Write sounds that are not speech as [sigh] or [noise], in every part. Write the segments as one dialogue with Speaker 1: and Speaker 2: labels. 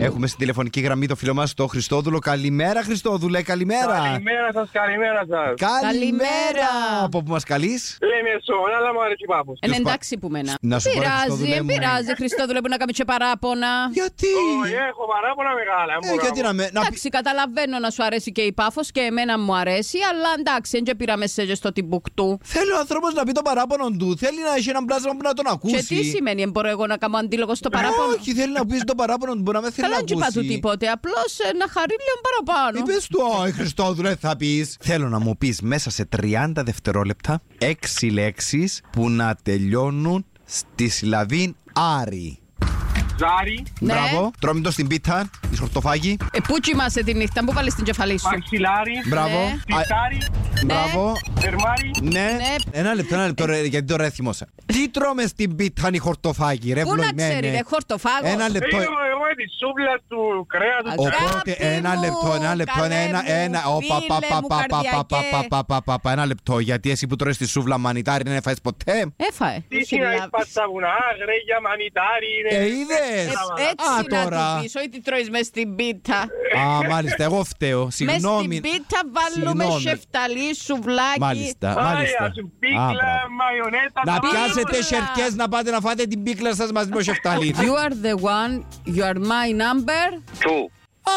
Speaker 1: Έχουμε στην τηλεφωνική γραμμή το φίλο μας το Χριστόδουλο. Καλημέρα, Χριστόδουλε, καλημέρα.
Speaker 2: Καλημέρα σας, καλημέρα σας.
Speaker 1: Καλημέρα!
Speaker 3: Καλημέρα.
Speaker 1: Από που μας καλείς.
Speaker 2: Λέμε σον, αλλά μου αρέσει πάπου.
Speaker 3: Εν Ε, ναι, εντάξει που μένα.
Speaker 1: Να σου πω,
Speaker 3: πειράζει,
Speaker 1: Χριστόδουλε
Speaker 3: εν
Speaker 1: μου. ναι.
Speaker 3: πειράζει. Χριστόδουλε που να κάνει και παράπονα.
Speaker 1: Γιατί.
Speaker 2: Όχι, έχω παράπονα μεγάλα.
Speaker 1: Ε, γιατί να με. Να... πει-
Speaker 3: Εντάξει, καταλαβαίνω να σου αρέσει και η πάφος και εμένα μου αρέσει, αλλά εντάξει, δεν και πήραμε σε στο τυμπουκτού.
Speaker 1: Θέλει ο άνθρωπος να πει το παράπονο του. Θέλει να έχει έναν πλάσμα που να τον ακούσει.
Speaker 3: Και τι σημαίνει, εν μπορώ εγώ να κάνω αντίλογο στο παράπονο.
Speaker 1: Ε, Όχι, θέλει να πεις το παράπονο του. Μπορεί να με θέλει
Speaker 3: Καλά,
Speaker 1: να
Speaker 3: δεν τσιπά του
Speaker 1: ακούσει.
Speaker 3: τίποτε. Απλώς να χαρεί λίγο παραπάνω.
Speaker 1: Είπε του, Ω, Χριστόδουλε, θα πεις. Θέλω να μου πεις μέσα σε 30 δευτερόλεπτα 6 λέξεις που να τελειώνουν στη συλλαβή Άρη.
Speaker 2: Ζάρι,
Speaker 3: Ναι.
Speaker 1: Μπράβο. Τρώμε το στην πίτα, η σκορτοφάγη.
Speaker 3: Ε, πού κοιμάσαι τη νύχτα, πού βάλεις την κεφαλή σου.
Speaker 2: μαξιλάρι,
Speaker 1: Μπράβο.
Speaker 3: Ναι.
Speaker 1: Α,
Speaker 2: πιτσάρι,
Speaker 1: Μπράβο.
Speaker 2: δερμάρι,
Speaker 1: Ναι.
Speaker 3: Ναι.
Speaker 1: Ένα λεπτό, ένα λεπτό, ρε, γιατί τώρα έθιμωσα. Τι τρώμε στην πίτα, η χορτοφάγη, ρε, ναι,
Speaker 3: Πού να
Speaker 1: βλοημένε.
Speaker 3: ξέρει, ρε, χορτοφάγος.
Speaker 1: Ένα λεπτό.
Speaker 2: Είμαι εγώ με τη σούβλα
Speaker 1: Ah,
Speaker 2: του κρέατος.
Speaker 3: Αγάπη
Speaker 1: Οπότε, ένα
Speaker 3: μου,
Speaker 1: λεπτό, ένα λεπτό,
Speaker 3: καλέ
Speaker 1: ένα,
Speaker 3: μου,
Speaker 1: ένα, ο, πα, πα,
Speaker 3: φίλε
Speaker 1: πα,
Speaker 3: μου,
Speaker 1: πα, πα, πα, πα,
Speaker 3: καρδιακέ.
Speaker 1: πα, πα, πα, πα, ένα λεπτό, γιατί εσύ που τρώεις τη σούβλα μανιτάρι δεν έφαγες ποτέ.
Speaker 3: Έφαε.
Speaker 2: Τι είναι η πατσαβουνά, γρέγια, μανιτάρι, είναι.
Speaker 1: Ε, είδες. Α,
Speaker 3: Έτσι να
Speaker 1: τώρα.
Speaker 3: του πεις, όχι τι τρώεις μες στην πίτα.
Speaker 1: Α, μάλιστα, εγώ φταίω,
Speaker 3: Μες
Speaker 1: συγγνώμη.
Speaker 3: στην πίτα βάλουμε
Speaker 1: Συγγνώμη.
Speaker 3: σεφταλί, σουβλάκι.
Speaker 2: Ah,
Speaker 1: Μάλιστα, μάλιστα.
Speaker 2: Άια σου,
Speaker 1: Α, μπράβο.
Speaker 2: πίκλα, μαϊονέτα,
Speaker 1: Να
Speaker 2: ταμάτα.
Speaker 1: πιάσετε
Speaker 3: Πίκλα.
Speaker 1: σερκές να πάτε να φάτε την πίκλα σας μαζί με
Speaker 3: [laughs]
Speaker 1: το σεφταλί.
Speaker 3: You are the one, you are my number.
Speaker 4: Του.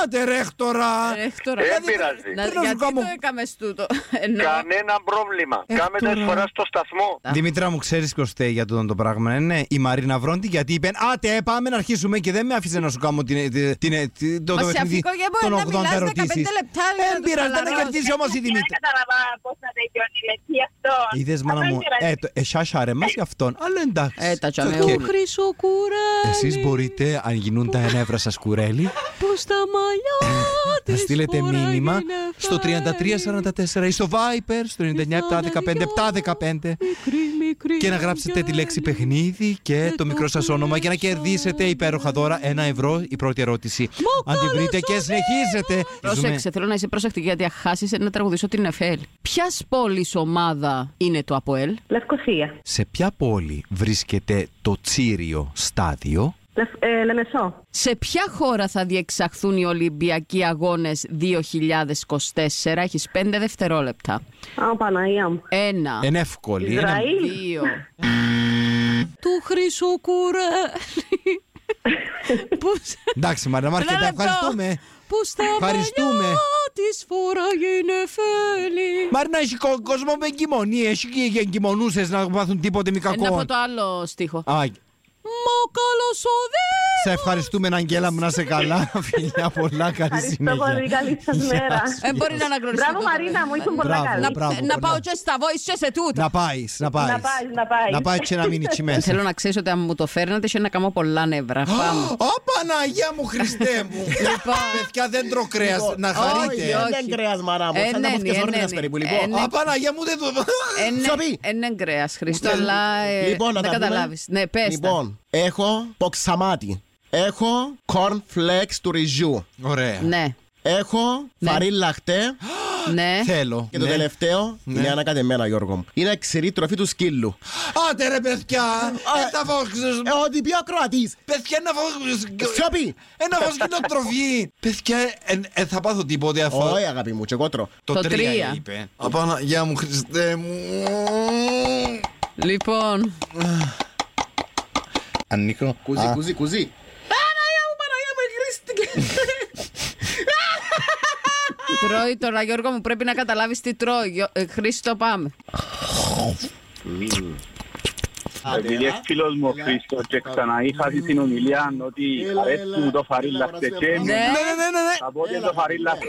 Speaker 1: Άντε ρέχτορα.
Speaker 3: Ρε, τώρα,
Speaker 4: Ε,
Speaker 3: δηλαδή,
Speaker 4: πειράζει.
Speaker 3: να-
Speaker 1: Τι να σου
Speaker 3: Γιατί
Speaker 1: κάνω.
Speaker 3: το [laughs] έκαμε τούτο. Εννοώ.
Speaker 4: Κανένα πρόβλημα.
Speaker 3: Ε,
Speaker 4: Κάμε
Speaker 3: τώρα.
Speaker 4: τες φορά στο σταθμό.
Speaker 1: Δημήτρα μου, ξέρεις ποιος θέλει για τούτο το πράγμα. Ναι, η Μαρίνα Βρόντι, γιατί είπε Άτε, πάμε να αρχίσουμε και δεν με άφησε να σου κάνω την, την, την, την, το
Speaker 3: Μα
Speaker 1: το
Speaker 3: σε
Speaker 1: παιχνίδι
Speaker 3: αφήκω για
Speaker 1: των
Speaker 3: μπορεί
Speaker 1: 80
Speaker 3: να μιλάς 15
Speaker 1: ερωτήσεις.
Speaker 3: λεπτά, να
Speaker 1: Δεν
Speaker 3: το
Speaker 1: πειράζει, δεν
Speaker 3: χαλαρώσει.
Speaker 1: κερδίζει όμως η Δημήτρα.
Speaker 5: κατάλαβα πώς θα τελειώνει με τι αυτό.
Speaker 1: Είδες μάνα μου, ε, το- ε, σάσα ρε, μας για αυτόν, αλλά εντάξει.
Speaker 3: Ε, τα
Speaker 1: Και-
Speaker 3: τσαμεούλη.
Speaker 1: Εσείς μπορείτε, αν γινούν τα ενεύρα σας κουρέλι, [laughs] να στείλετε μήνυμα στο 3344 ή στο Viper στο 99715715 και να γράψετε τη λέξη παιχνίδι και το μικρό σας όνομα για να κερδίσετε υπέροχα δώρα ένα ευρώ η πρώτη ερώτηση. Αν τη βρείτε και συνεχίζετε.
Speaker 3: Πρόσεξε,
Speaker 1: ναι.
Speaker 3: θέλω να είσαι πρόσεκτική γιατί αχάσει να τραγουδήσω την Εφέλ. Ποιας πόλης ομάδα είναι το ΑΠΟΕΛ,
Speaker 6: Λευκοσία.
Speaker 1: Σε ποια πόλη βρίσκεται το Τσίριο στάδιο
Speaker 6: Λευ- ε, Λεμεσό.
Speaker 3: σε ποια χώρα θα διεξαχθούν οι Ολυμπιακοί Αγώνες 2024, έχει 5 δευτερόλεπτα.
Speaker 6: Α, Παναγία μου.
Speaker 3: Ένα,
Speaker 1: Εν εύκολη. ένα-
Speaker 6: Ισραήλ.
Speaker 3: δύο. Του χρυσού
Speaker 1: [laughs]
Speaker 3: Πού
Speaker 1: Εντάξει, Μαρίνα Μάρκετα, ευχαριστούμε.
Speaker 3: Που στα
Speaker 1: Ευχαριστούμε. μαλλιά
Speaker 3: της φοράγει φέλη.
Speaker 1: Μαρίνα, έχει κο- κόσμο με εγκυμονία. Έχει και εγκυμονούσες Ε, να πάθουν τίποτε μη
Speaker 3: Ένα
Speaker 1: κακό.
Speaker 3: από το άλλο στίχο.
Speaker 1: Α,
Speaker 3: Μα καλωσοδέ!
Speaker 1: σε ευχαριστούμε, Αγγέλα μου, να σε [laughs] καλά. Φιλιά, πολλά καλή
Speaker 6: Ευχαριστώ πολύ.
Speaker 1: συνέχεια.
Speaker 6: Καλή σας μέρα.
Speaker 3: Ε, μπορεί να αναγνωριστεί.
Speaker 6: Μπράβο,
Speaker 3: τότε.
Speaker 6: Μαρίνα μου, ήσουν πολλά
Speaker 1: Μπράβο.
Speaker 6: καλή.
Speaker 3: Να, να πάω και στα voice και σε τούτο.
Speaker 1: Να πάεις, να πάει.
Speaker 6: Να πάεις, να πάεις.
Speaker 1: Να πάει και να μείνει εκεί μέσα.
Speaker 3: Θέλω να ξέρεις ότι αν μου το φέρνατε, είχε να κάνω πολλά νεύρα. Πάμε.
Speaker 1: Ω Παναγία μου, Χριστέ [laughs] μου.
Speaker 3: Λοιπόν.
Speaker 1: Παιδιά, δεν τρώω κρέας. Να
Speaker 3: Όχι,
Speaker 1: χαρείτε.
Speaker 3: όχι.
Speaker 7: Δεν κρέας μάνα μου.
Speaker 3: Ε,
Speaker 7: Σαν
Speaker 3: ναι,
Speaker 7: να
Speaker 3: ναι,
Speaker 7: μαθηκές
Speaker 3: ναι,
Speaker 7: όρμητας
Speaker 3: ναι.
Speaker 7: περίπου.
Speaker 3: Ε,
Speaker 7: Λοιπόν,
Speaker 3: ναι.
Speaker 1: Α, Παναγία μου, δεν το...
Speaker 7: Σιωπή.
Speaker 3: Είναι κρέα, Χριστό, αλλά ε,
Speaker 7: Λοιπόν, να
Speaker 3: δεν
Speaker 7: τα πούμε.
Speaker 3: καταλάβεις. Ναι, πες.
Speaker 7: Λοιπόν, έχω ποξαμάτι. Έχω corn flakes του ρυζιού.
Speaker 1: [laughs] Ωραία.
Speaker 3: Ναι,
Speaker 7: Έχω
Speaker 3: Ναι.
Speaker 7: φαρί λαχτέ.
Speaker 3: ναι.
Speaker 1: Θέλω.
Speaker 7: Και το
Speaker 1: Ναι.
Speaker 7: τελευταίο είναι ανακατεμένα, Γιώργο μου. Είναι ξηρή τροφή του σκύλου.
Speaker 1: Άντε ρε παιδιά, ε, ε, θα φάω ξύσο-
Speaker 7: Ε, Ό,τι πει ο Κροατής.
Speaker 1: Παιδιά, να φάω...
Speaker 7: Σιωπή.
Speaker 1: Ένα βοσκινό τροφή. Παιδιά, εν- εν θα πάθω τίποτε αφού...
Speaker 7: Όχι, αγάπη μου, και εγώ τρώω.
Speaker 1: Το,
Speaker 3: Το
Speaker 1: τρία,
Speaker 3: τρία.
Speaker 1: είπε. Απαναγιά μου, Χριστέ μου.
Speaker 3: Λοιπόν.
Speaker 1: Ανοίγω.
Speaker 7: Κουζί, κουζί, κουζί.
Speaker 3: Τρώει τώρα, Γιώργο μου, πρέπει να καταλάβεις τι τρώει. Γιώ- ε, Χρήστο, πάμε.
Speaker 7: eh?
Speaker 8: Επειδή είναι φίλος μου ο Χρήστος και ξαναείχα τη συνομιλία ότι
Speaker 7: Έλα,
Speaker 8: αρέσει
Speaker 7: έλα,
Speaker 8: μου το φαρί
Speaker 7: έλα,
Speaker 8: λαχτέ
Speaker 7: βράσου,
Speaker 8: και
Speaker 7: βράσου.
Speaker 3: Ναι,
Speaker 1: Ναι, ναι, ναι, ναι, ναι.
Speaker 8: θα πω ότι το φαρί λαχτέ.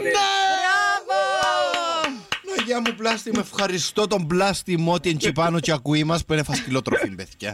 Speaker 1: Παναγιά Ναι, μου, πλάστη, με ευχαριστώ τον πλάστη Μότι Εντσιπάνο και ακούει μας που είναι φασκυλό τροφή, παιδιά.